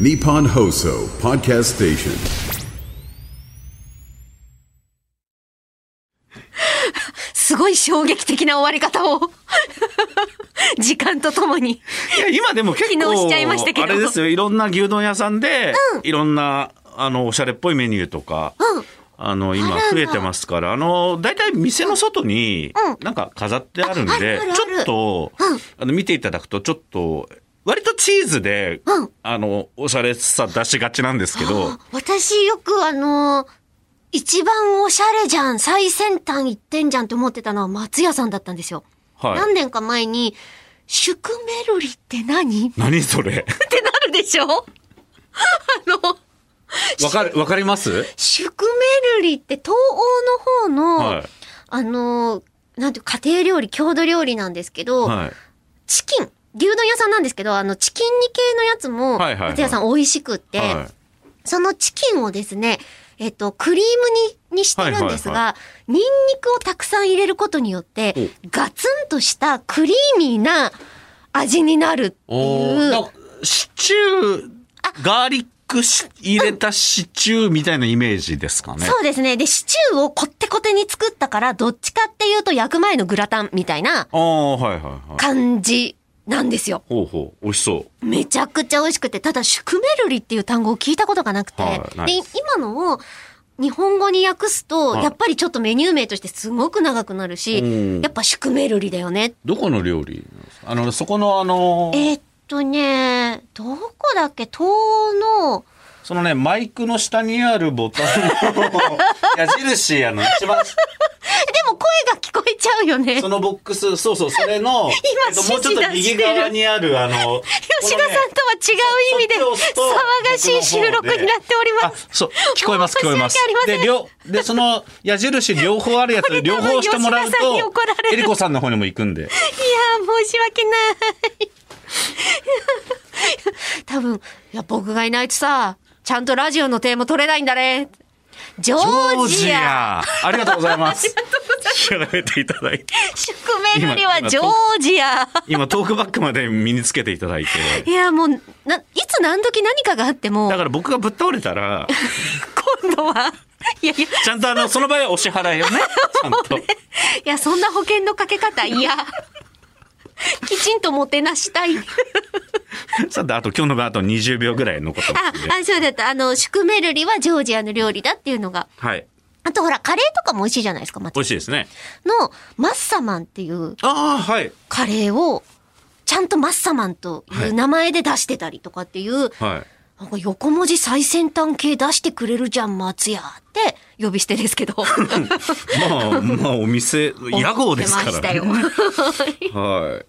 Nippon Hoso Podcast Station. すごい衝撃的な終わり方を 時間とともにいや、今でも結昨構、日しちゃいましたけどあれですよ、いろんな牛丼屋さんで、いろんな、あの、おしゃれっぽいメニューとか、あの、今増えてますから、あの、大体店の外に、なんか飾ってあるんああるである、ちょっと、あの、見ていただくと、ちょっと、割とチーズで、あの、おしゃれさ出しがちなんですけど、私よくあの一番おしゃれじゃん最先端行ってんじゃんって思ってたのは松屋さんだったんですよ、はい何。年か前に「シュクメルリって何?」っ何 それてなるでしょあのわかる、わかりますシュクメルリって東欧の方の、はいあのなんていうか家庭料理郷土料理なんですけど、はい。チキン牛丼屋さんなんですけどあのチキン煮系のやつもはいはいはい松屋さん美味しくって、はそのチキンをですね、えっと、クリームに、にしてるんですが、はニンニクをたくさん入れることによって、ガツンとしたクリーミーな味になるっていおう。なんかシチュー、ガーリックし入れたシチューみたいなイメージですかね。そうですね。で、シチューをこってこてに作ったから、どっちかっていうと焼く前のグラタンみたいなああ、はいはいはい。感じなんですよ。ほうほう、美味しそう。めちゃくちゃ美味しくて、ただ、シュクメルリっていう単語を聞いたことがなくて、はいないでで、今のを日本語に訳すと、はいやっぱりちょっとメニュー名としてすごく長くなるし、うんやっぱシュクメルリだよね。どこの料理なんですかあの、そこのあの、えーっとね、どこだっけ東欧の、そのね、マイクの下にあるボタン の矢印、あの、一番、でも声が聞こえちゃうよね。そのボックス、そうそう、それ の、えっともうちょっ指示と出して右る側にある、あの、 吉田さんとは違う意味で、このねそっちを押騒がしいすと収録になっております。あ、そう、聞こえます、聞こえます申し訳。あで、り両、で、その矢 印両方あるやこれつ、多両分方してもらうと吉田さんに怒られ、るえりこさんの方にも行くんで。いやー、申し訳ない。多分、いや、僕がいないとさ、ちゃんとラジオのテーマ取れないんだね。ジョージア。ア ありがとうございます。調べていただいて。宿めぐりはジョージア。今、トークバッグまで身につけていただ いて。いや、もう、な、いつ何時何かがあってもだ、から僕がぶっ倒れたら、今度は、いやいや、ちゃんとあの、その場合はお支払 いをね、ちゃんと。いや、そんな保険のかけ方、いや。きちんともてなしたい。あ、さて、あと今日の場合あと20秒ぐらい残ってますんで。あ、そうだった。あの、シュクメルリはジョージアの料理だっていうのが。はい。あとほら、カレーとかも美味しいじゃないですか、松美味しいですね。のマッサマンっていうああ、はい。カレーをちゃんとマッサマンという名前で出してたりとかっていう、はい。なんか横文字最先端系出してくれるじゃん松屋って呼び捨てですけ どまあ、まあ、お店、屋号ですか出ましらたねよ。。はい。